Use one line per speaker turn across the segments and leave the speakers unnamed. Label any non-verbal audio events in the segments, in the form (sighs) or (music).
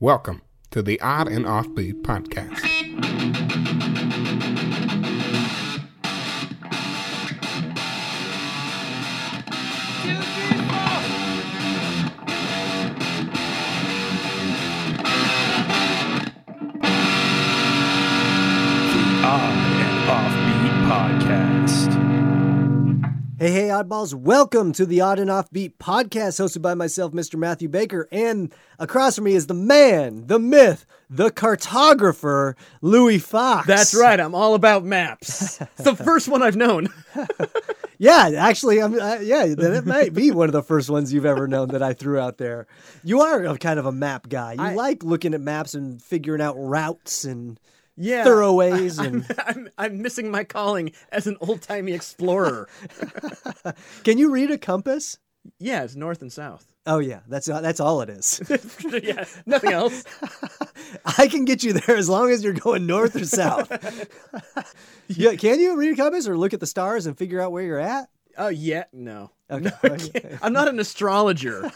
Welcome to the Odd and Offbeat podcast.
Odd and Offbeat Podcast.
Hey, hey, oddballs, welcome to the Odd and Offbeat podcast hosted by myself, Mr. Matthew Baker. And across from me is the man, the myth, the cartographer, Louis Fox.
That's right. I'm all about maps. It's
(laughs)
the first one I've known.
Yeah, actually, I'm, uh, yeah, then it might be one of the first ones you've ever known that I threw out there. You are a kind of a map guy. You like looking at maps and figuring out routes and
Yeah. (laughs)
thoroughways. And
I'm, I'm missing my calling as an old timey
(laughs)
explorer.
can you read a compass?
yeah, it's north and south.
(laughs) Oh yeah, that's that's all it is.
yeah, (laughs) nothing else.
I can get you there as long as you're going north
(laughs)
or south. yeah, can you read a compass or look at the stars and figure out where you're at?
Oh, yeah, no.
Okay,
No, I can't.
okay.
I'm not an astrologer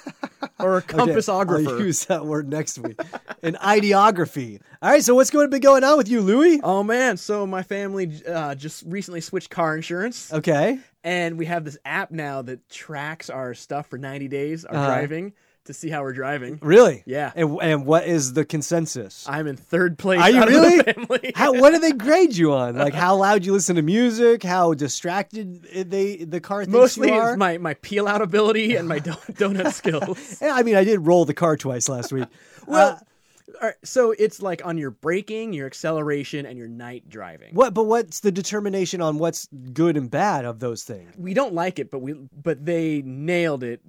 or a
(laughs) Okay, Oh,
compassographer.
I'll use that word next week. An ideography. All right, so what's going to be going on with you, Louis?
Oh man! So my family uh, just recently switched car insurance,
Okay.
and we have this app now that tracks our stuff for 90 days, our
Uh-huh.
driving, to see how we're driving.
Really?
Yeah.
And, and what is the consensus?
I'm in third place.
Are you
out of
really?
The family.
How, what do they grade you on? Like how loud you listen to music, how distracted they the car thinks
Mostly
you are.
it's my, my peel out ability (sighs) and my don- donut skills.
Yeah, I mean, I did roll the car twice last week.
Well,
Uh,
(laughs) all right, so it's like on your braking, your acceleration, and your night driving.
what? But what's the determination on what's good and bad of those things?
We don't like it, but we but they nailed it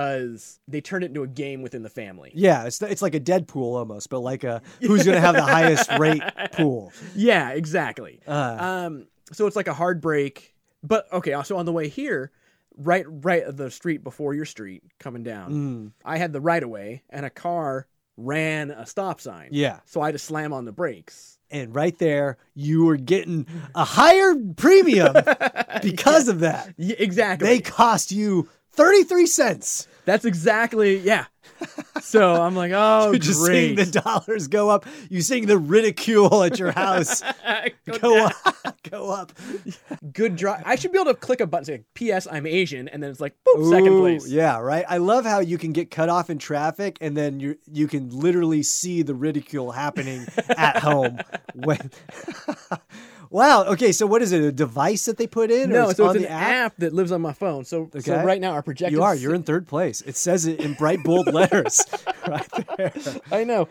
because they turned it into a game within the family.
Yeah, it's it's like a Deadpool almost, but like a who's going to have the highest
(laughs)
rate pool.
Yeah, exactly.
Uh,
Um, so it's like a hard break. But okay, so on the way here, right right of the street before your street coming down,
mm,
I had the right of way, and a car ran a stop sign.
yeah,
So I had to slam on the brakes.
(laughs) and right there you were getting a higher premium
(laughs)
because of that.
Yeah, exactly.
They cost you thirty three cents.
That's exactly yeah. So I'm like, oh,
(laughs) You're just seeing
great.
the dollars go up. You seeing the ridicule at your
(laughs)
house
Go
go
down.
up, go up.
Good drive. I should be able to click a button saying "P.S. I'm Asian," and then it's like, boop, second
Ooh,
place.
Yeah, right. I love how you can get cut off in traffic and then you you can literally see the ridicule happening at
(laughs)
home. When (laughs) Wow, okay, so what is it? A device that they put in or
No,
it's
so
on
it's an
the
app? that lives on my phone. So, so
Okay.
right now our projected
You are, you're in third place. It says it in bright
(laughs)
bold letters right there.
I
(laughs)
know.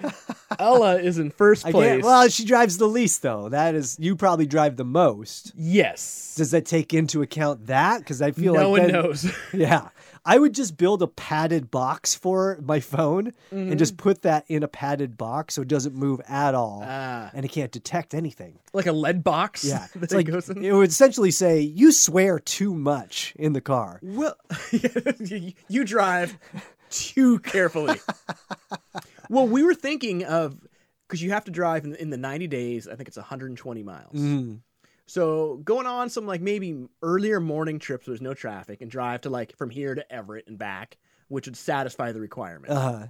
Ella is in first
I
place.
can't, well, she drives the least though. That is you probably drive the most.
yes.
Does that take into account that? Cuz I feel
no
like
one
then-
knows. (laughs)
Yeah. I would just build a padded box for my phone and
Mm-hmm.
just put that in a padded box so it doesn't move at all
Ah.
and it can't detect
(laughs)
anything.
like a lead box.
Yeah.
(laughs) that
It's
it
like
goes in.
it would essentially say you swear too much in the car.
Well, (laughs) you you drive too
(laughs)
carefully. well, we were thinking of because you have to drive in, in the 90 days. I think it's 120 miles.
Mm.
So going on some like maybe earlier morning trips, where there's no traffic, and drive to like from here to Everett and back, which would satisfy the requirement.
Uh-huh.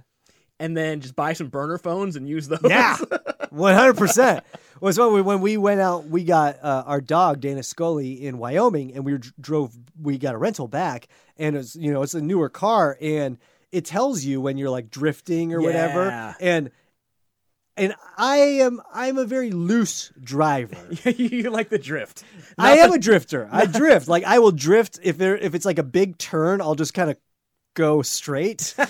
and then just buy some burner phones and use those.
Yeah. 100%. Well, so we- when we went out, we got uh, our dog Dana Scully in Wyoming, and we were- drove. We got a rental back, and it's you know it's a newer car, and it tells you when you're like drifting or
Yeah.
whatever. And and I am I'm a very loose
(laughs)
driver.
(laughs) you like the drift.
I am a drifter.
(laughs)
I drift. Like I will drift if there if it's like a big turn, I'll just kind of go straight. (laughs) you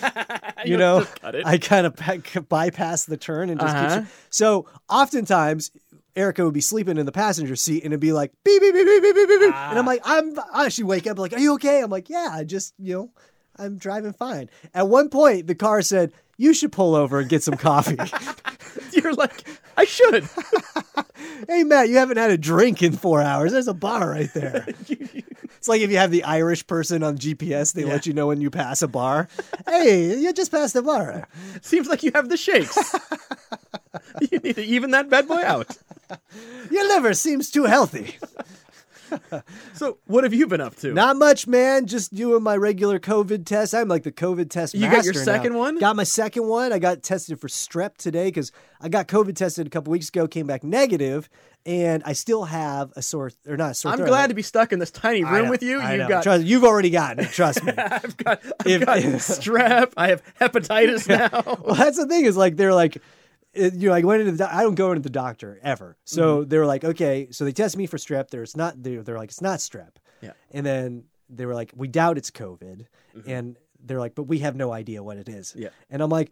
You'll (laughs)
know,
just cut it.
I kind of (laughs) pa- bypass the turn and just keep
Uh-huh.
so oftentimes Erica would be sleeping in the passenger seat and it'd be like beep beep beep beep beep beep, beep beep, and
Ah.
I'm like I'm I she wake up like are you okay? I'm like yeah, I just you know I'm driving fine. At one point the car said you should pull over and get
(laughs)
some coffee. (laughs)
You're like I should.
hey Matt, you haven't had a drink in four hours. There's a bar right
(laughs)
there. It's like if you have the Irish person on GPS, they let you know when you pass a bar. hey, you just passed a bar.
Seems like you have the
(laughs)
shakes. you need to even that bad boy out.
Your liver seems too healthy.
So, what have you been up to?
Not much, man. Just doing my regular COVID test. I'm like the COVID test.
You got your
master now.
second one?
Got my second one. I got tested for strep today because I got COVID tested a couple weeks ago, came back negative, and I still have a sore or not a sore
I'm
throat.
glad to be stuck in this tiny
I
room
know,
with you.
I
You've
know.
got,
Trust- you've already gotten it. Trust
(laughs)
me.
I've got, I've
If- (laughs)
got (laughs) strep. I have hepatitis now.
well, that's the thing is like they're like, it, you know, I went into the. doc- I don't go into the doctor ever. So
Mm-hmm.
they were like, okay, so they test me for strep. There's not. They're, they're like, it's not strep.
Yeah. Mm-hmm.
And then they were like, we doubt it's COVID. And they're like, but we have no idea what it is.
Yeah.
And I'm like.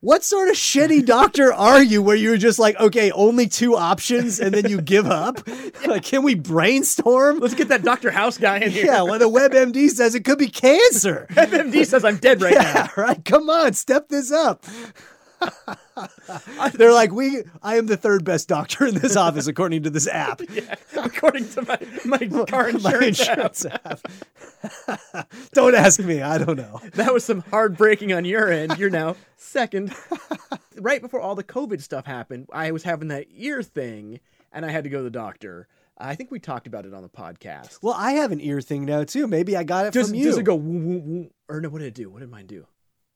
What sort of shitty doctor (laughs) are you where you're just like, okay, only two options and then you give up?
(laughs)
Like, can we brainstorm?
Let's get that Dr. House guy in here. (laughs)
yeah, well, the WebMD says it could be cancer.
FMD says I'm dead right
Yeah, (laughs) right. Come on, step this (laughs) up. They're like, we. I am the third best doctor in this office, according to this app, (laughs)
now, according to my, my car
my
insurance. app.
insurance app. (laughs) don't ask me. I don't know.
That was some hard breaking on your end. You're
(laughs)
now second. right before all the COVID stuff happened, I was having that ear thing and I had to go to the doctor. I think we talked about it on the podcast.
Well, I have an ear thing now too. Maybe I got it
Does,
from you.
does it go woo, woo, woo? Or no, what did it do? What did mine do?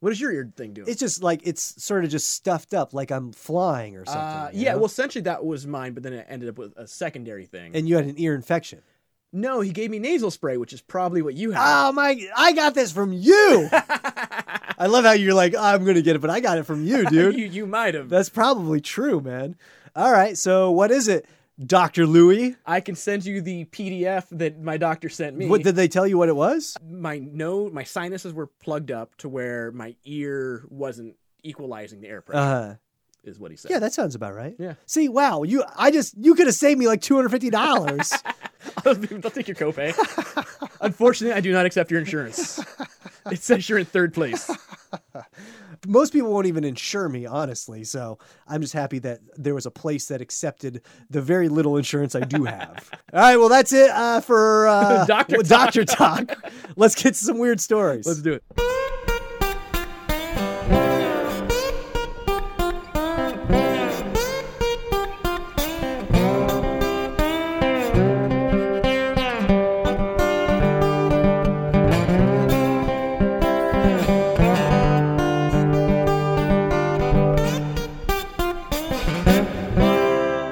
What does your ear thing do?
It's just like it's sort of just stuffed up, like I'm flying or something.
Uh,
you
yeah,
know?
well, essentially that was mine, but then it ended up with a secondary thing.
and you had an ear infection.
no, he gave me nasal spray, which is probably what you had.
Oh my! I got this from (laughs) you.
Ah, (laughs)
I love how you're like, I'm gonna get it, but I got it from you, (laughs) dude.
you you might have.
That's probably true, man. All right, so what is it, Doctor Louis?
I can send you the PDF that my doctor sent me.
What did they tell you what it was?
my no, my sinuses were plugged up to where my ear wasn't equalizing the air pressure.
Uh,
is what he said.
yeah, that sounds about right.
Yeah.
See, wow, you, I just, you could have saved me like two hundred fifty
(laughs)
dollars.
I'll, I'll take your copay. (laughs) Unfortunately, I do not accept your insurance. It says you're in third place.
Most people won't even insure me, honestly. So I'm just happy that there was a place that accepted the very little insurance
(laughs)
I do have. All right, well, that's it uh, for uh,
Doctor
Doctor Talk.
(laughs)
Let's get to some weird stories.
Let's do it.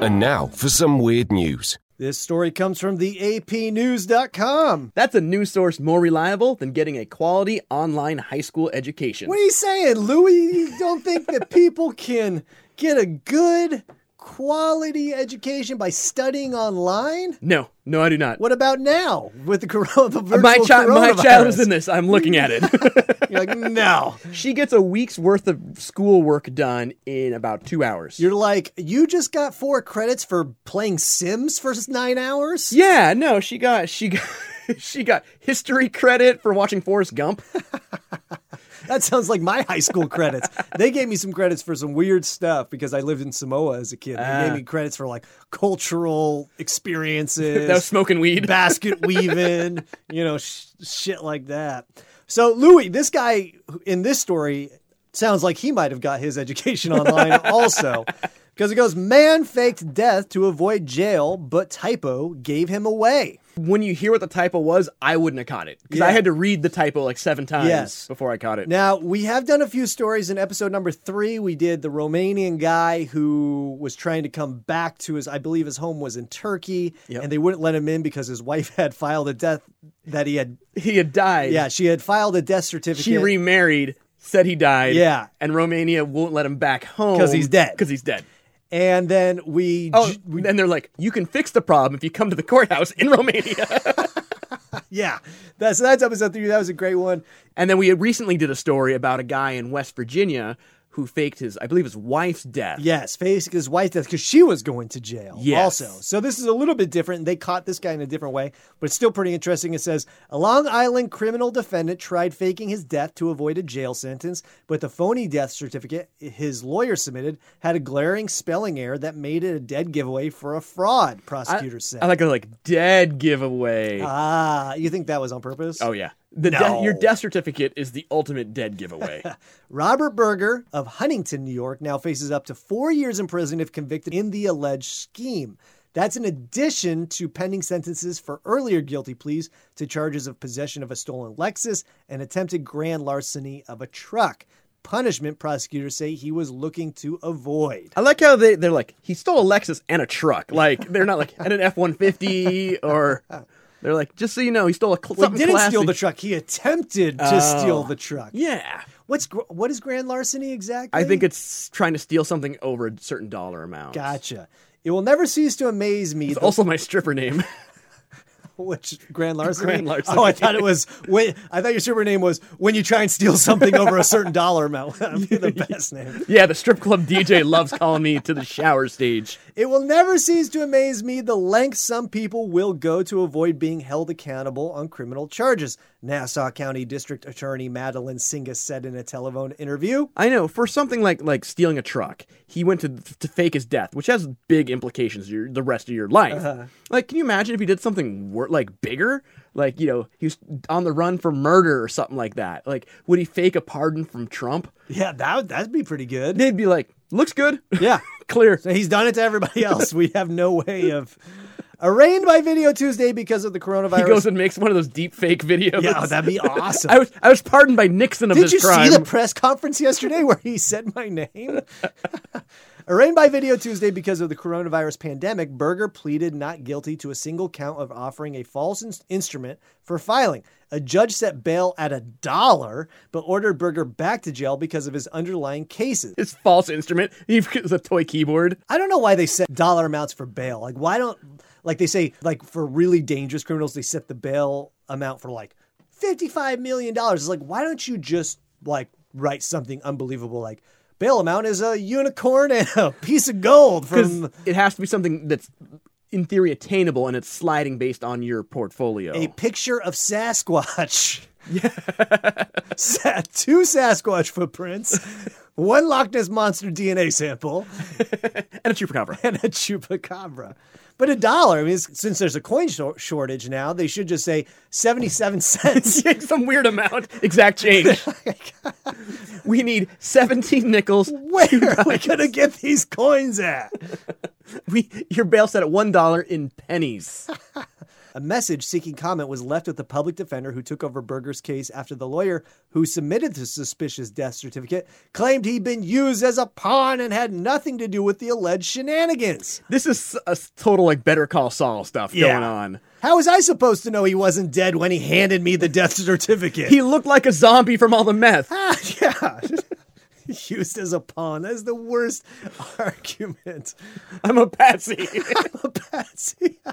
And now for some weird news.
This story comes from the APnews.com.
That's a news source more reliable than getting a quality online high school education.
What are you saying, Louis? You don't think that people can get a good quality education by studying online?
No, no, I do not.
What about now with the, corona, the virtual
my, chi- my
coronavirus?
child is in this. I'm looking at it. (laughs)
You're like, no.
she gets a week's worth of schoolwork done in about two hours.
You're like, you just got four credits for playing Sims for nine hours?
yeah, no, she got she got (laughs) she got history credit for watching Forrest Gump.
That sounds like my high school credits. they gave me some credits for some weird stuff because I lived in Samoa as a kid. They gave
Ah.
me credits for like cultural
(laughs)
experiences.
(laughs) That was smoking weed.
basket weaving, you know, sh- shit like that. So, Louis, this guy who- in this story sounds like he might have got his education online
(laughs)
also. Because it goes, man faked death to avoid jail, but typo gave him away.
When you hear what the typo was, I wouldn't have caught it because I
Yeah.
had to read the typo like seven times
Yes.
before I caught it.
Now, we have done a few stories in episode number three. We did the Romanian guy who was trying to come back to his, I believe his home was in Turkey,
Yep.
and they wouldn't let him in because his wife had filed a death that he had,
he had died.
yeah, she had filed a death certificate.
she remarried, said he died.
Yeah.
and Romania won't let him back home
'Cause he's dead.
Because he's dead.
and then we
Oh,
j-
and they're like, you can fix the problem if you come to the courthouse in Romania. (laughs)
yeah that's that's episode three that was a great one
and then we recently did a story about a guy in West Virginia who faked his, I believe, his wife's death.
yes facing his wife's death because she was going to jail
Yes.
also so this is a little bit different they caught this guy in a different way but it's still pretty interesting it says a long island criminal defendant tried faking his death to avoid a jail sentence but the phony death certificate his lawyer submitted had a glaring spelling error that made it a dead giveaway for a fraud prosecutors said
I like a like dead giveaway.
ah you think that was on purpose
oh yeah, the
No.
death- your death certificate is the ultimate dead giveaway.
Robert Berger of Huntington, New York, now faces up to four years in prison if convicted in the alleged scheme. That's in addition to pending sentences for earlier guilty pleas to charges of possession of a stolen Lexus and attempted grand larceny of a truck. Punishment prosecutors say he was looking to avoid.
(laughs) I like how they, they're like, he stole a Lexus and a truck. Like, they're not like, and an F 150 or. They're like, just so you know, he stole a cl-
Well, he
something
didn't
classy." Oh.
steal the truck. He attempted to steal the truck.
Yeah.
What's gr- what is grand larceny exactly?
I think it's trying to steal something over a certain dollar amount.
gotcha. It will never cease to amaze me.
It's
the-
also my stripper name. (laughs)
Which (laughs) Grand Larceny?
Grand Larceny.
Oh, I thought it was. Wait, I thought your super name was when you try and steal something over a certain dollar amount. (laughs) That would be the best name.
yeah, the strip club DJ loves calling me to the shower stage.
It will never cease to amaze me the lengths some people will go to avoid being held accountable on criminal charges. Nassau County District Attorney Madeline Singa said in a telephone interview.
I know for something like like stealing a truck, he went to to fake his death, which has big implications your, the rest of your life. Like, can you imagine if he did something wor- like bigger, like you know he was on the run for murder or something like that? Like, would he fake a pardon from Trump?
Yeah, that would- that'd be pretty good.
They'd be like, looks good,
(laughs) Yeah.
(laughs) clear.
So he's done it to everybody else. We have no way of arraigned by video Tuesday because of the coronavirus.
He goes and makes one of those deep fake videos.
yeah, oh, that'd be
(laughs)
awesome.
I was I was pardoned by Nixon of
Did
this
you
crime.
see the press conference yesterday where he said my name? (laughs) Arraigned by video Tuesday because of the coronavirus pandemic, Berger pleaded not guilty to a single count of offering a false in- instrument for filing. A judge set bail at a dollar, but ordered Berger back to jail because of his underlying cases.
his false instrument. (laughs) He was a toy keyboard.
I don't know why they set dollar amounts for bail. Like, why don't, like they say, like for really dangerous criminals, they set the bail amount for like $55 million. It's like, why don't you just like write something unbelievable? Like, bail amount is a unicorn and a (laughs) piece of gold
Because
from
it has to be something that's in theory attainable and it's sliding based on your portfolio.
a picture of Sasquatch. Sa- (laughs) Two Sasquatch footprints, one Loch Ness monster DNA sample.
and a (laughs) chupacabra.
and a chupacabra. But a dollar, I mean, it's- since there's a coin shor- shortage now, they should just say 77 cents.
Take Some weird amount,
(laughs)
exact change.
Oh
we need 17 nickels.
Where are we going to get these coins at?
We, your bail set at $1 in
(laughs)
pennies.
A message seeking comment was left with the public defender who took over Berger's case after the lawyer who submitted the suspicious death certificate claimed he'd been used as a pawn and had nothing to do with the alleged shenanigans.
This is a s- total like Better Call Saul stuff
Yeah.
going on.
How was I supposed to know he wasn't dead when he handed me the death certificate?
He looked like a zombie from all the meth.
Ah, (laughs) yeah. Used as a pawn. That's the worst (laughs) argument.
I'm a
(laughs)
patsy.
Patsy. (laughs)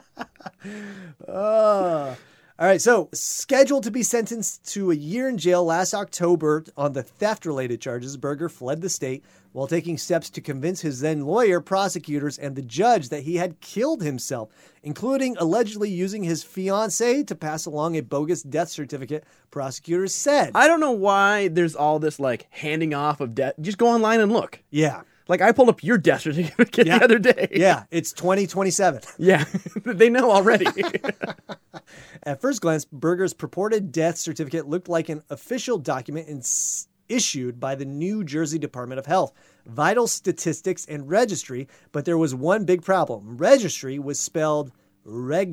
Ah. All right, so scheduled to be sentenced to a year in jail last October on the theft related charges, Berger fled the state while taking steps to convince his then lawyer, prosecutors, and the judge that he had killed himself, including allegedly using his fiancee to pass along a bogus death certificate, prosecutors said.
I don't know why there's all this like handing off of debt. Just go online and look.
yeah.
Like I pulled up your death certificate
Yeah.
the other day.
Yeah, it's 2027.
(laughs) Yeah, (laughs) they know already.
(laughs)
(laughs)
At first glance, Berger's purported death certificate looked like an official document ins- issued by the New Jersey Department of Health, Vital Statistics, and Registry, but there was one big problem. Registry was spelled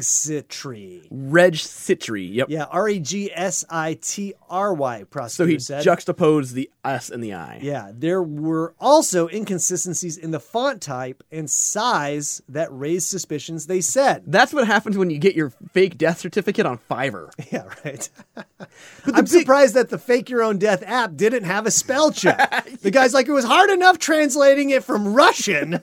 Regsitry.
Reg Citry. Yep.
Yeah, R E G S I T R Y,
so
prosecutor
he
said.
juxtaposed the us and the I.
yeah, there were also inconsistencies in the font type and size that raised suspicions, they said.
That's what happens when you get your fake death certificate on Fiverr. (laughs)
(laughs) Yeah, right. I'm surprised that the Fake Your Own Death app didn't have a spell (laughs) check. the guy's like, it was hard enough translating it from (laughs) Russian.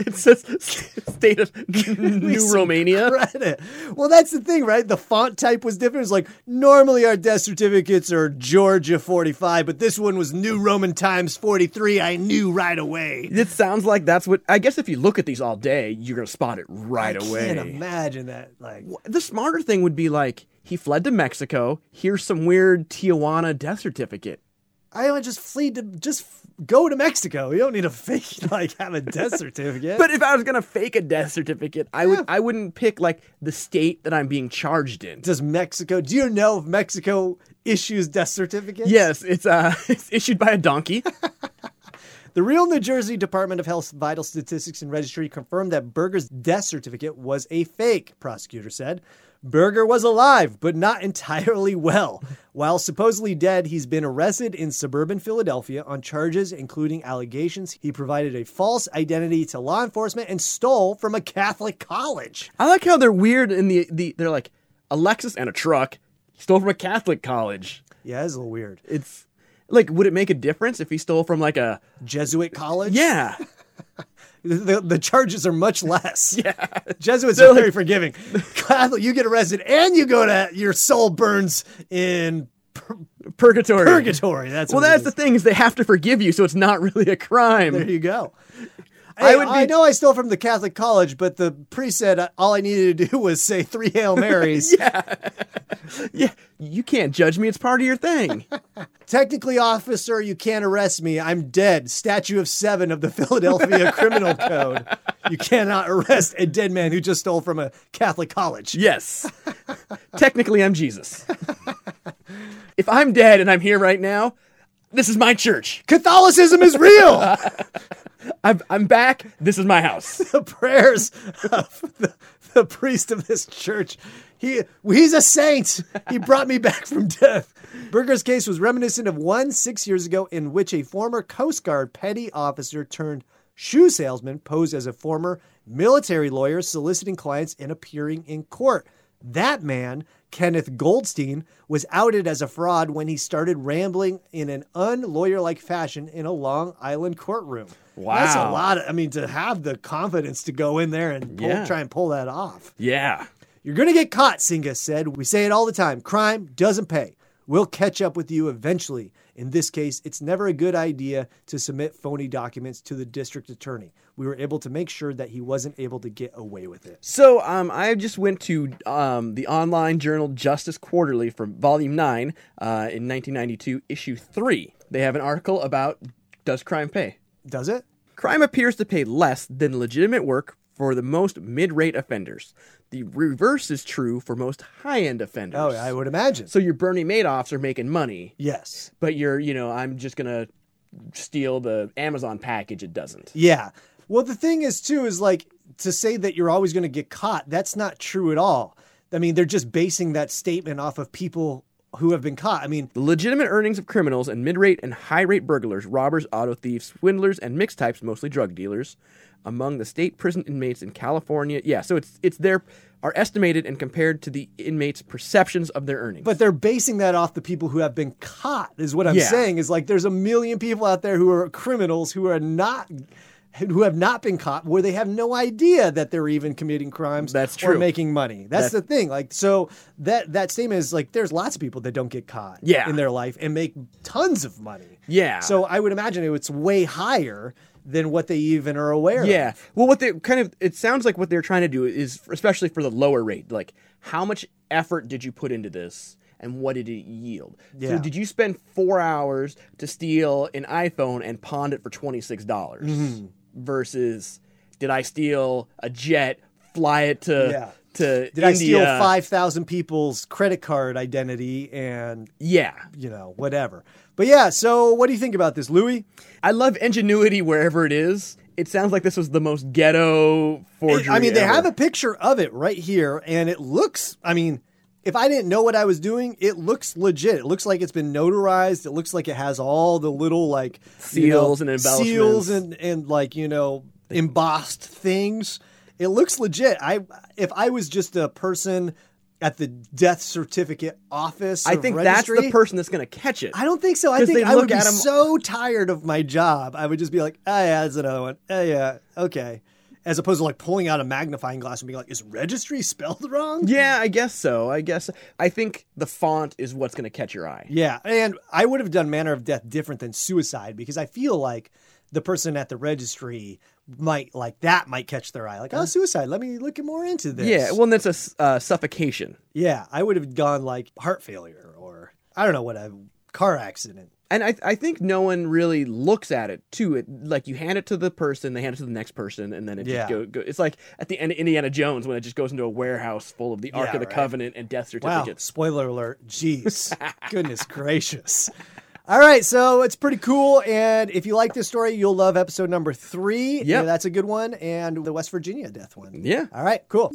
It says (laughs) state
(laughs)
of (laughs) New Romania.
Reddit. Well, that's the thing, right? The font type was different. It's like, normally our death certificates are Georgia 45, but this one was New Roman Times 43. I knew right away.
It sounds like that's what. I guess if you look at these all day, you're gonna spot it right
Can't
away.
imagine that. Like,
The smarter thing would be like he fled to Mexico. Here's some weird Tijuana death certificate.
I would just flee to just f- go to Mexico. You don't need to (laughs) fake like have a death certificate.
But if I was gonna fake a death certificate, I would I wouldn't pick like the state that I'm being charged in.
does Mexico? Do you know if Mexico issues death
(laughs)
certificates?
Yes, it's uh it's issued by a donkey.
The real New Jersey Department of Health Vital Statistics and Registry confirmed that Berger's death certificate was a fake, prosecutor said. Berger was alive, but not (laughs) entirely well. While supposedly dead, he's been arrested in suburban Philadelphia on charges including allegations he provided a false identity to law enforcement and stole from a Catholic college.
I like how they're weird in the, the they're like a Lexus and a truck stole from a Catholic college.
Yeah, that's a little weird.
It's like would it make a difference if he stole from like a
Jesuit college?
yeah
the, the charges are
(laughs)
much less. Yeah, Jesuits are very forgiving. Catholic, you get arrested and you go to your soul burns in
purgatory?
purgatory. That's
Well,
what it
that's
is.
the thing is they have to forgive you, so it's not really a
there
crime.
you go.
I
I,
would
I
be-
know I stole from the Catholic college, but the priest said uh, all I needed to do (laughs) was say
(laughs)
three Hail Marys.
Yeah, you can't judge me; it's part of your thing.
Technically, officer, you can't arrest me. I'm dead. Statue of seven of the (laughs)
(laughs)
Philadelphia Criminal Code. You cannot arrest a dead man who just stole from a Catholic college.
yes, technically, I'm Jesus. (laughs) if I'm dead and I'm here right now, this is my church.
Catholicism is
(laughs)
real.
I've, I'm back. This is my house.
(laughs) the prayers of the, the priest of this church. He he's a saint. He brought me back from death. Berger's case was reminiscent of one six years ago in which a former Coast Guard petty officer turned shoe salesman posed as a former military lawyer soliciting clients and appearing in court. That man, Kenneth Goldstein, was outed as a fraud when he started rambling in an unlawyer-like fashion in a Long Island courtroom. That's a
Wow.
lot of, I mean, to have the confidence to go in there and pull,
Yeah.
try and pull that off.
Yeah.
You're going to get caught, Singa said. We say it all the time crime doesn't pay. We'll catch up with you eventually. In this case, it's never a good idea to submit phony documents to the district attorney. We were able to make sure that he wasn't able to get away with it.
So um, I just went to um, the online journal Justice Quarterly from Volume 9 uh, in 1992, Issue 3. They have an article about Does Crime Pay?
Does it?
Crime appears to pay less than legitimate work for the most mid rate offenders. The reverse is true for most high end offenders.
Oh, I would imagine.
So your Bernie Madoffs are making money,
yes.
but you're, you know, I'm just going to steal the Amazon package. It doesn't.
Yeah. Well, the thing is, too, is like to say that you're always going to get caught, that's not true at all. I mean, they're just basing that statement off of people who have been caught. I mean,
The legitimate earnings of criminals and mid-rate and high-rate burglars, robbers, auto thieves, swindlers, and mixed types, mostly drug dealers, among the state prison inmates in California. Yeah, so it's it's their are estimated and compared to the inmates' perceptions of their earnings.
but they're basing that off the people who have been caught, is what I'm
Yeah.
saying. Is like there's a million people out there who are criminals who are not. Who have not been caught, where they have no idea that they're even committing crimes
That's
or
true.
making money. That's the thing. Like so, that that statement is like there's lots of people that don't get caught
Yeah.
in their life and make tons of money.
yeah.
So I would imagine it's way higher than what they even are aware of.
yeah. Well, what they kind of it sounds like what they're trying to do is especially for the lower rate, like how much effort did you put into this? And what did it yield?
Yeah.
So, did you spend four hours to steal an iPhone and pawned it for twenty six dollars?
Mm-hmm.
Versus, did I steal a jet, fly it to
Yeah.
to
Did I steal
India?
5,000 people's credit card identity and,
Yeah,
you know, whatever. But yeah, so what do you think about this, Louis?
I love ingenuity wherever it is. It sounds like this was the most ghetto forgery.
I mean, they
ever.
have a picture of it right here, and it looks, I mean, if I didn't know what I was doing, it looks legit. It looks like it's been notarized. It looks like it has all the little, like, you know,
Seals and embellishments.
Seals and, and, like, you know, embossed things. It looks legit. I If I was just a person at the death certificate office,
I
of
think that's
registry,
the person that's going to catch it.
I don't think so. I
'Cause
think
they
I would
look
be
at 'em-
so tired of my job. I would just be like, oh, yeah, that's another one. Oh, yeah, okay. As opposed to like pulling out a magnifying glass and being like, is registry (laughs) spelled wrong?
Yeah, I guess so. I guess I think the font is what's going to catch your eye.
Yeah. And I would have done manner of death different than suicide because I feel like the person at the registry might like that might catch their eye. Like, oh, suicide. Let me look more into this.
Yeah, well, and that's a s- uh, suffocation,
yeah, I would have gone like heart failure or I don't know what a car accident.
and I I think no one really looks at it too. It, like you hand it to the person, they hand it to the next person, and then it
Yeah.
just go, go. It's like at the end of Indiana Jones when it just goes into a warehouse full of the Ark
Yeah,
of the
right.
Covenant and death
Wow.
certificates.
(laughs) Spoiler alert. Jeez. Goodness gracious. All right, so it's pretty cool, and if you like this story, you'll love episode number three.
Yep.
Yeah, that's a good one, and the West Virginia death one.
Yeah.
All right, cool.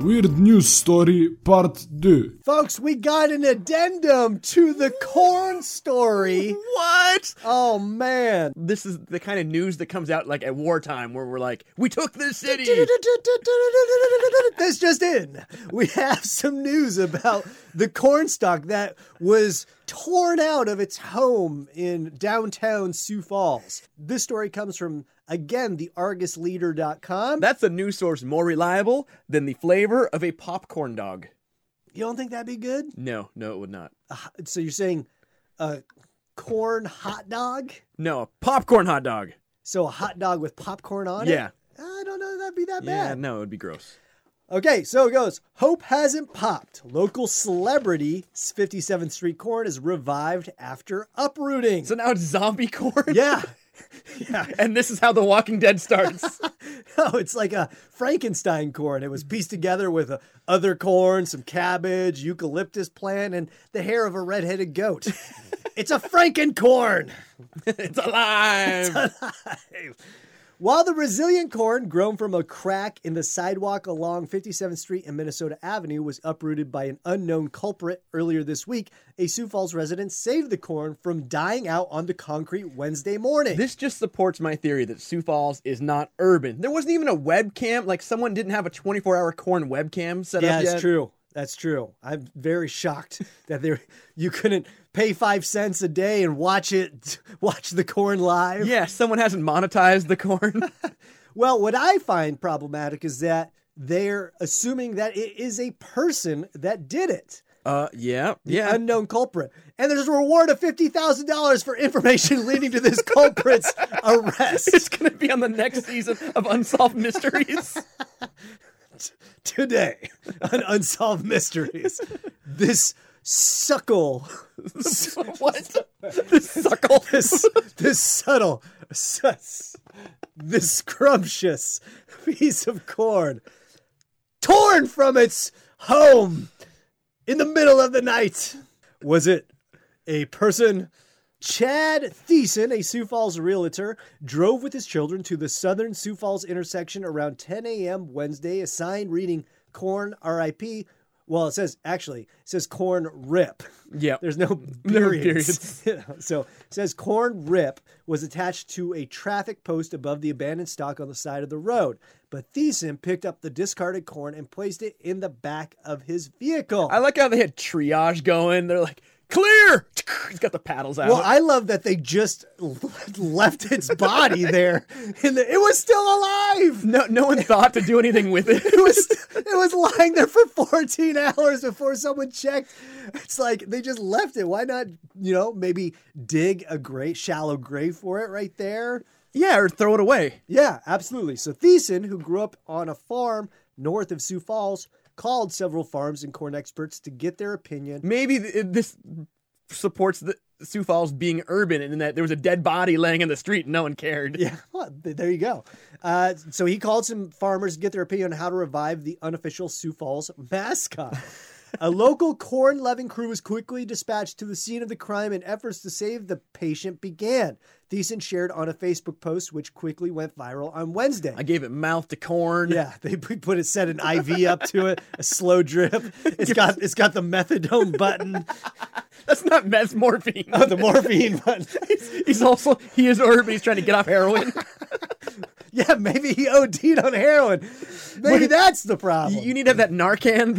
Weird News Story Part 2.
Folks, we got an addendum to the corn story.
What?
Oh man.
This is the kind of news that comes out like at wartime where we're like, we took this city.
(laughs) That's just in. We have some news about the cornstalk that was torn out of its home in downtown Sioux Falls. This story comes from, again, the argusleader.com.
That's a news source more reliable than the flavor of a popcorn dog.
You don't think that'd be good?
No, no, it would not.
So you're saying a corn hot dog?
No, a popcorn hot dog.
So a hot dog with popcorn on it?
Yeah.
I don't know that that'd be that
Yeah,
bad.
no, it would be gross.
Okay, so it goes. Hope hasn't popped. Local celebrity 57th Street corn is revived after uprooting.
So now it's zombie (laughs) corn?
(laughs) yeah.
And this is how The Walking Dead (laughs) starts.
No, Oh, it's like a Frankenstein corn. It was pieced together with uh, other corn, some cabbage, eucalyptus plant, and the hair of a red-headed goat. it's a Frankencorn.
it's alive.
While the resilient corn grown from a crack in the sidewalk along 57th Street and Minnesota Avenue was uprooted by an unknown culprit earlier this week, a Sioux Falls resident saved the corn from dying out on the concrete Wednesday morning.
This just supports my theory that Sioux Falls is not urban. There wasn't even a webcam. Like someone didn't have a 24-hour corn webcam set
yeah,
up
that's
yet.
true. That's true. I'm very shocked (laughs) that there you couldn't pay five cents a day and watch it, (laughs) watch the corn live.
Yeah, someone hasn't monetized the (laughs) corn.
Well, what I find problematic is that they're assuming that it is a person that did it.
uh, yeah, yeah.
unknown culprit. And there's a reward of fifty thousand dollars for information (laughs) leading to this culprit's
(laughs) it's
arrest
gonna be on the next season of Unsolved (laughs) Mysteries.
today (laughs) on Unsolved Mysteries. This suckle,
what? This suckle.
this this subtle, sus, this scrumptious piece of corn, torn from its home in the middle of the night. Was it a person? Chad Thiessen, a Sioux Falls realtor, drove with his children to the southern Sioux Falls intersection around 10 a.m. Wednesday, a sign reading Corn RIP. Well, it says, actually, it says Corn RIP.
Yep.
There's no periods.
periods.
(laughs) You know, so it says Corn RIP was attached to a traffic post above the abandoned stock on the side of the road. But Thiessen picked up the discarded corn and placed it in the back of his vehicle.
I like how they had triage going. They're like, clear. (laughs) He's got the paddles out.
Well, I love that they just (laughs) left
(laughs)
its body there, and the, it was still alive.
no, no one thought to do anything with it.
(laughs) It was it was lying there for 14 hours before someone checked. It's like they just left it. Why not, you know, maybe dig a great shallow grave for it right there?
(laughs) yeah, or throw it away.
Yeah, absolutely. So Thiessen, who grew up on a farm north of Sioux Falls, called several farms and corn experts to get their opinion.
maybe th- it- this supports the Sioux Falls being urban and that there was a dead body laying in the street and no one cared.
(laughs) Yeah, well, th- there you go. Uh, so he called some farmers to get their opinion on how to revive the unofficial Sioux Falls mascot. a local corn loving crew was quickly dispatched to the scene of the crime, and efforts to save the patient began. Thiessen shared on a Facebook post, which quickly went viral on Wednesday.
I gave it mouth to corn.
yeah, they p- put it set an IV up to it, a slow drip. It's got it's got the methadone (laughs) button,
(laughs) That's not meth morphine.
Oh, the morphine button.
(laughs) he's also he is urban. He's trying to get off heroin.
(laughs) Yeah, maybe he OD'd on heroin. Maybe that's the problem.
(laughs) you, you need to have that Narcan.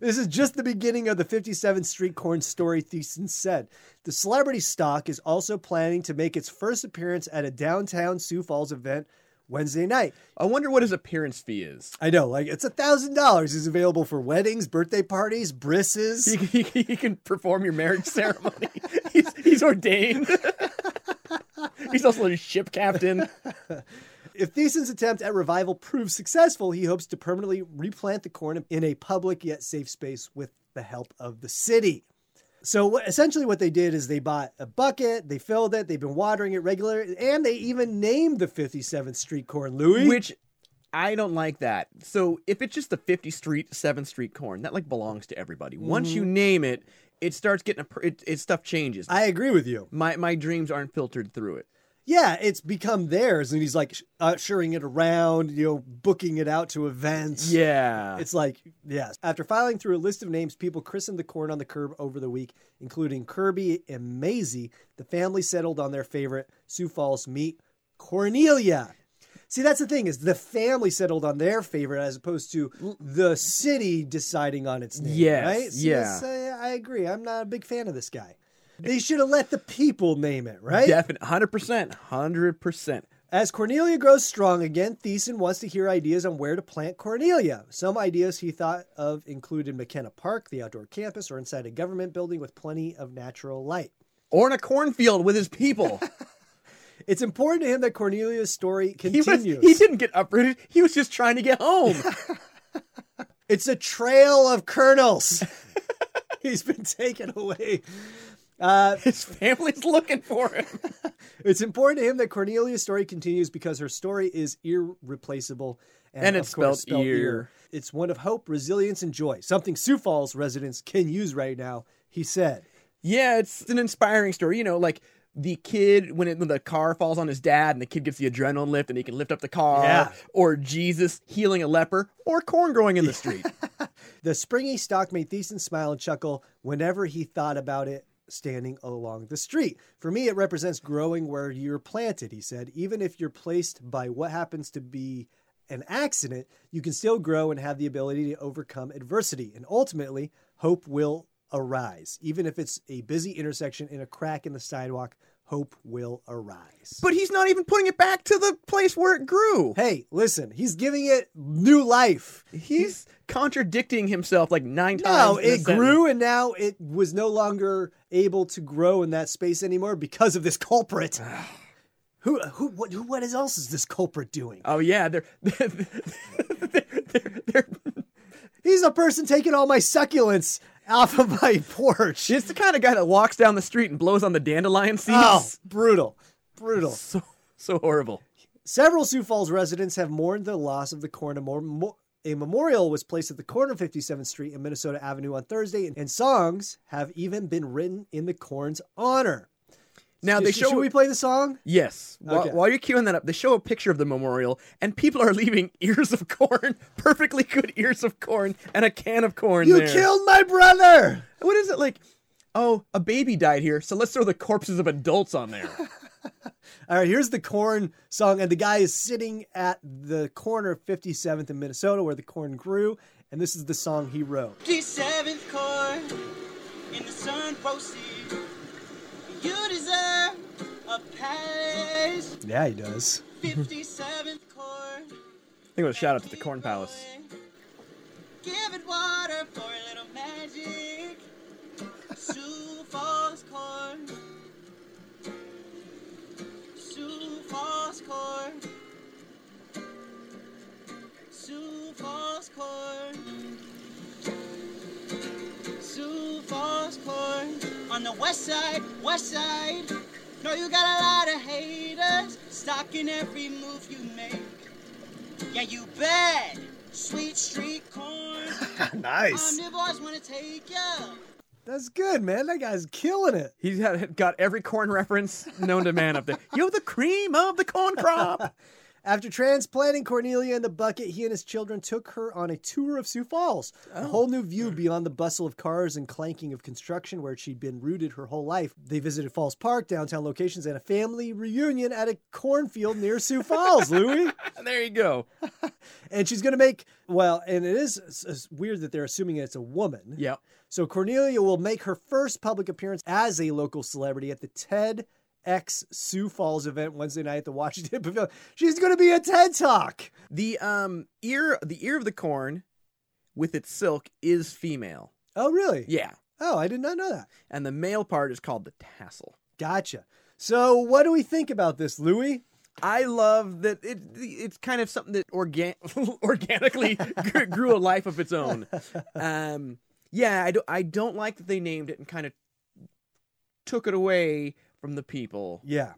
This is just the beginning of the 57th Street Corn story, Thiessen said. The celebrity stock is also planning to make its first appearance at a downtown Sioux Falls event Wednesday night.
(laughs) I wonder what his appearance fee is.
I know, like, it's a $1,000. It's available for weddings, birthday parties, brisses.
(laughs) He, he, he can perform your marriage ceremony. he's, he's ordained. (laughs) He's also a ship captain.
If Thiessen's attempt at revival proves successful, he hopes to permanently replant the corn in a public yet safe space with the help of the city. So what, essentially, what they did is they bought a bucket, they filled it, they've been watering it regularly, and they even named the 57th Street corn (laughs) Louis.
Which I don't like that. So if it's just the 50 Street, 7th Street corn, that like belongs to everybody. Once you name it, it starts getting a pr- it, it stuff changes.
I agree with you.
my my dreams aren't filtered through it.
Yeah, it's become theirs, and he's like sh- ushering it around, you know, booking it out to events.
Yeah.
It's like, yes. After filing through a list of names, people christened the corn on the curb over the week, including Kirby and Maisie. The family settled on their favorite Sioux Falls meat, Cornelia. See, that's the thing is the family settled on their favorite as opposed to the city deciding on its name.
Yes,
right? See,
yeah.
that's- uh, I, I agree. I'm not a big fan of this guy. They should have let the people name it, right?
Definite, hundred percent, hundred percent.
As Cornelia grows strong again, Thiessen wants to hear ideas on where to plant Cornelia. Some ideas he thought of included McKenna Park, the outdoor campus, or inside a government building with plenty of natural light.
Or in a cornfield with his people.
It's important to him that Cornelia's story
(laughs) he was,
continues.
he didn't get uprooted. He was just trying to get home.
It's a trail of
(laughs)
colonels. He's been taken away.
his family's looking for him.
It's important to him that Cornelia's story continues because her story is irreplaceable.
And
of
it's
course,
spelled ear.
It's one of hope, resilience, and joy, something Sioux Falls residents can use right now, he said.
Yeah, it's an inspiring story. You know, like the kid when, it, when the car falls on his dad and the kid gets the adrenaline lift and he can lift up the car.
Yeah.
Or Jesus healing a leper or corn growing in the street.
The springy stock made Thiessen smile and chuckle whenever he thought about it standing along the street. For me, it represents growing where you're planted, he said. Even if you're placed by what happens to be an accident, you can still grow and have the ability to overcome adversity. And ultimately, hope will arise. Even if it's a busy intersection in a crack in the sidewalk, hope will arise.
but he's not even putting it back to the place where it grew.
hey, listen, he's giving it new life.
He's contradicting himself like nine times.
No,
in a
it
sentence.
grew and now it was no longer able to grow in that space anymore because of
(sighs)
this culprit. who, who, what, who, what else is this culprit doing?
Oh yeah, they're they're, they're, they're
He's a person taking all my succulents off of my (laughs) porch.
it's the kind of guy that walks down the street and blows on the dandelion seeds.
Oh, brutal. Brutal.
So so horrible.
Several Sioux Falls residents have mourned the loss of the corn. A, mor- mo- a memorial was placed at the corner of 57th Street and Minnesota Avenue on Thursday, and songs have even been written in the corn's honor.
Now they
Should-
show
should we play the song?
Yes. While,
Okay.
while you're queuing that up, they show a picture of the memorial, and people are (laughs) leaving ears of corn, (laughs) perfectly good ears of corn, and a can of corn.
You
there.
killed my brother!
What is it like? Oh, a baby died here, so let's throw the corpses of adults on
(laughs)
there.
All right, here's the corn song, and the guy is sitting at the corner of 57th and Minnesota, where the corn grew, and this is the song he wrote.
57th chord in the sun proceed. You deserve a palace.
Yeah, he does.
57th chord.
I think it was a shout out to the Corn Palace.
Give it water for a little magic. Sioux Falls corn. Sioux Falls corn. Sioux Falls corn. Sioux Falls corn. On the west side, west side. No, you got a lot of haters stalking every move you make. Yeah, you bet. Sweet street corn.
Nice.
Omni boys wanna take ya.
Um, That's good, man. That guy's killing it.
He's had, got every corn reference known to man up there. (laughs) You're the cream of the corn crop. (laughs)
After transplanting Cornelia in the bucket, he and his children took her on a tour of Sioux Falls, a whole new view beyond the bustle of cars and clanking of construction where she'd been rooted her whole life. They visited Falls Park, downtown locations, and a family reunion at a cornfield near Sioux Falls, (laughs) Louie.
there you go.
And she's going to make, well, and it is s- s- weird that they're assuming it's a woman.
Yep.
So Cornelia will make her first public appearance as a local celebrity at the TED X Sioux Falls event Wednesday night at the Washington (laughs) Pavilion. She's going to be a TED Talk.
The um ear the ear of the corn with its silk is female.
Oh, really?
Yeah.
Oh, I did not know that.
And the male part is called the tassel.
Gotcha. So, what do we think about this, Louis?
I love that it. It's kind of something that organ (laughs) organically gr- grew a life of its own. Um, yeah, I don't. I don't like that they named it and kind of took it away from the people.
Yeah.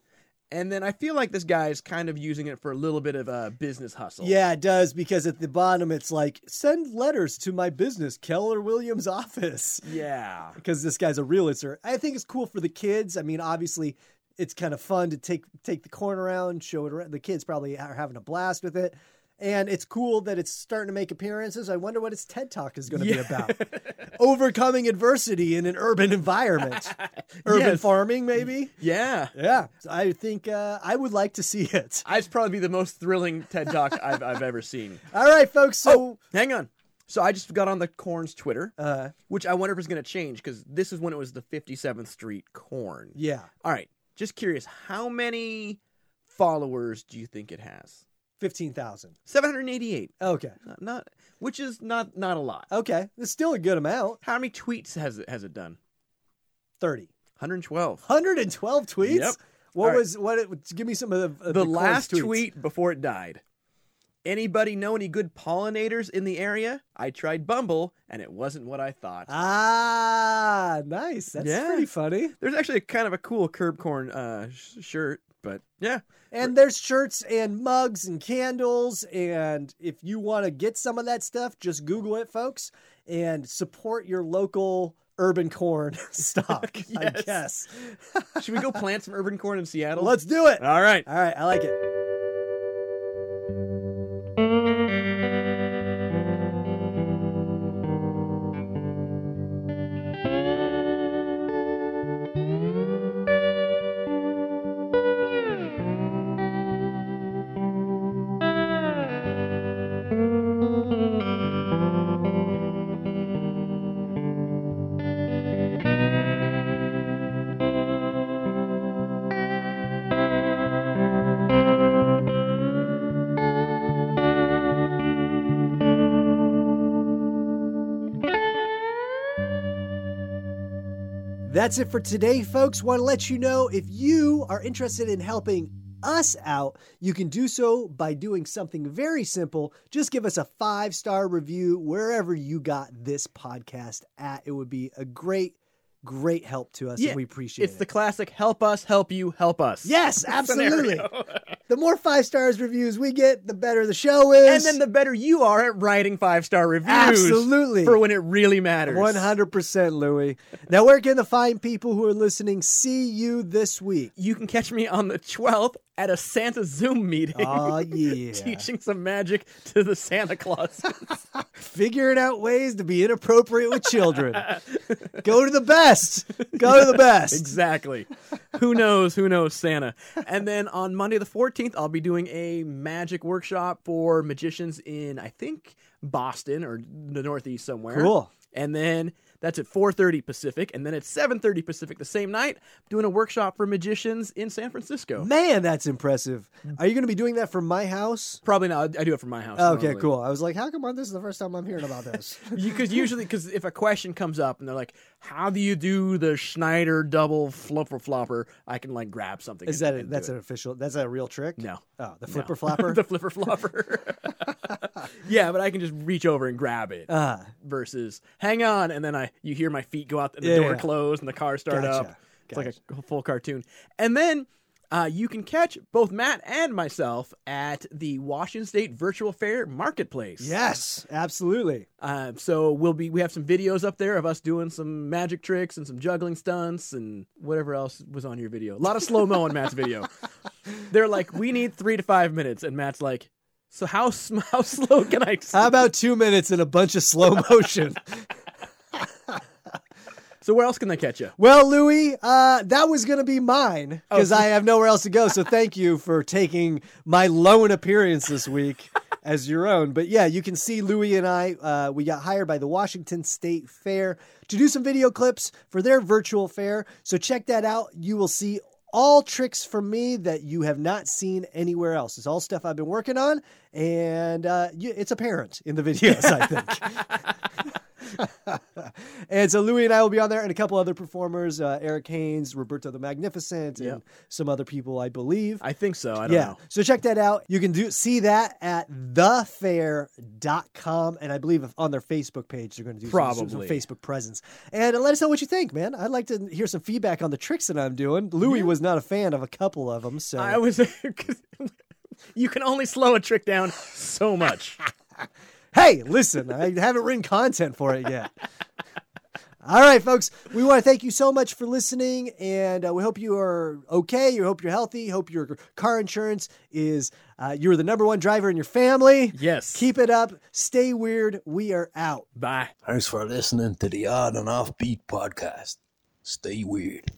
And then I feel like this guy is kind of using it for a little bit of a business hustle.
Yeah, it does because at the bottom it's like send letters to my business Keller Williams office
Yeah.
because this guy's a realtor. I think it's cool for the kids. I mean, obviously, it's kind of fun to take take the corn around, show it around. The kids probably are having a blast with it. And it's cool that it's starting to make appearances. I wonder what its TED Talk is going to be about. Overcoming adversity in an urban environment. urban
Yes.
farming, maybe?
Yeah.
Yeah. So I think uh, I would like to see it.
That's probably the most thrilling TED Talk I've, I've ever seen.
All right, folks. So,
Hang on. So I just got on the corn's Twitter,
uh,
which I wonder if it's going to change because this is when it was the 57th Street corn.
yeah,
All right. Just curious, how many followers do you think it has?
15,000.
788.
Okay.
Not, not which is not not a lot.
Okay. That's still a good amount.
How many tweets has it has it done?
30.
112.
112 tweets?
Yep.
What
All right.
was, what, it- give me some of the, of
the
Corn's
last
tweets.
tweet before it died. Anybody know any good pollinators in the area? I tried Bumble and it wasn't what I thought.
Ah, nice. That's
Yeah.
pretty funny.
There's actually kind of a cool curb corn uh, sh- shirt, but yeah,
And there's shirts and mugs and candles. And if you want to get some of that stuff, just Google it, folks, and support your local urban corn (laughs) stock, I
(laughs) Yes.
guess.
should we go plant some urban corn in Seattle?
Let's do it.
All right.
All right. I like it. That's it for today, folks. Want to let you know if you are interested in helping us out, you can do so by doing something very simple. Just give us a five star review wherever you got this podcast at. It would be a great, great help to us, and we appreciate
It's
it.
the classic help us, help you, help us. (laughs)
Yes, absolutely. the more five stars reviews we get, the better the show is.
And then the better you are at writing five star reviews.
Absolutely.
For when it really matters.
one hundred percent, Louis. Now, where can the fine people who are listening see you
(laughs)
this week?
You can catch me on the 12th at a Santa Zoom meeting. (laughs)
Oh yeah,
Teaching some magic to the Santa
(laughs)
Claus.
figuring out ways to be inappropriate with
(laughs)
children. Go to the best. Go to the best.
exactly. Who knows? Who knows Santa? And then on Monday the 14th, I'll be doing a magic workshop for magicians in, I think, Boston or the Northeast somewhere.
Cool.
And then that's at 4.30 Pacific. And then at 7.30 Pacific the same night, doing a workshop for magicians in San Francisco.
Man, that's impressive. Are you going to be doing that from my house?
Probably not. I do it from my house.
Okay,
normally.
cool. I was like, how come this is the first time I'm hearing
(laughs)
about this?
Because usually, because if a question comes up and they're like, "How do you do the Schneider double flopper flopper?" I can like grab something.
Is
and-
that a,
and do
that's
it.
an official? That's a real trick?
No.
Oh, the
No.
flipper
(laughs)
flopper.
the flipper flopper. (laughs) yeah, but I can just reach over and grab it.
Ah,
versus, hang on, and then I you hear my feet go out and the
Yeah,
door
yeah.
close and the car start up.
Gotcha.
It's like a full cartoon. And then. Uh, you can catch both Matt and myself at the Washington State Virtual Fair Marketplace.
yes, absolutely.
Uh, so we'll be we have some videos up there of us doing some magic tricks and some juggling stunts and whatever else was on your video. A lot of slow mo on Matt's video. They're like, we need three to five minutes, and Matt's like, so how sm- (laughs) how slow can I? s-"
How about two minutes in a bunch of slow
(laughs)
motion?
so where else can they catch you?
Well, Louis, uh, that was going to be mine because I have nowhere else to go. So thank you for taking my lone appearance this week as your own. But yeah, you can see Louis and I, uh, we got hired by the Washington State Fair to do some video clips for their virtual fair. So check that out. You will see all tricks from me that you have not seen anywhere else. It's all stuff I've been working on, and uh, you, it's apparent in the videos, I think. and so Louis and I will be on there, and a couple other performers: uh, Eric Haynes, Roberto the Magnificent, and
Yeah.
some other people, I believe.
I think so. I don't
yeah.
know.
So check that out. You can do see that at thefair.com. And I believe if- on their Facebook page, they're going to do some- Some, some
Probably.
Facebook presence. And uh, let us know what you think, man. I'd like to hear some feedback on the tricks that I'm doing. Louis was not a fan of a couple of them. So
I was. 'cause (laughs) you can only slow a trick down so much.
hey, listen, I haven't written content for it yet. All right, folks, we want to thank you so much for listening, and uh, we hope you are okay. You hope you're healthy. Hope your car insurance is uh, you're the number one driver in your family.
Yes.
Keep it up. Stay weird. We are out.
Bye.
Thanks for listening to the Odd and Offbeat podcast. Stay weird.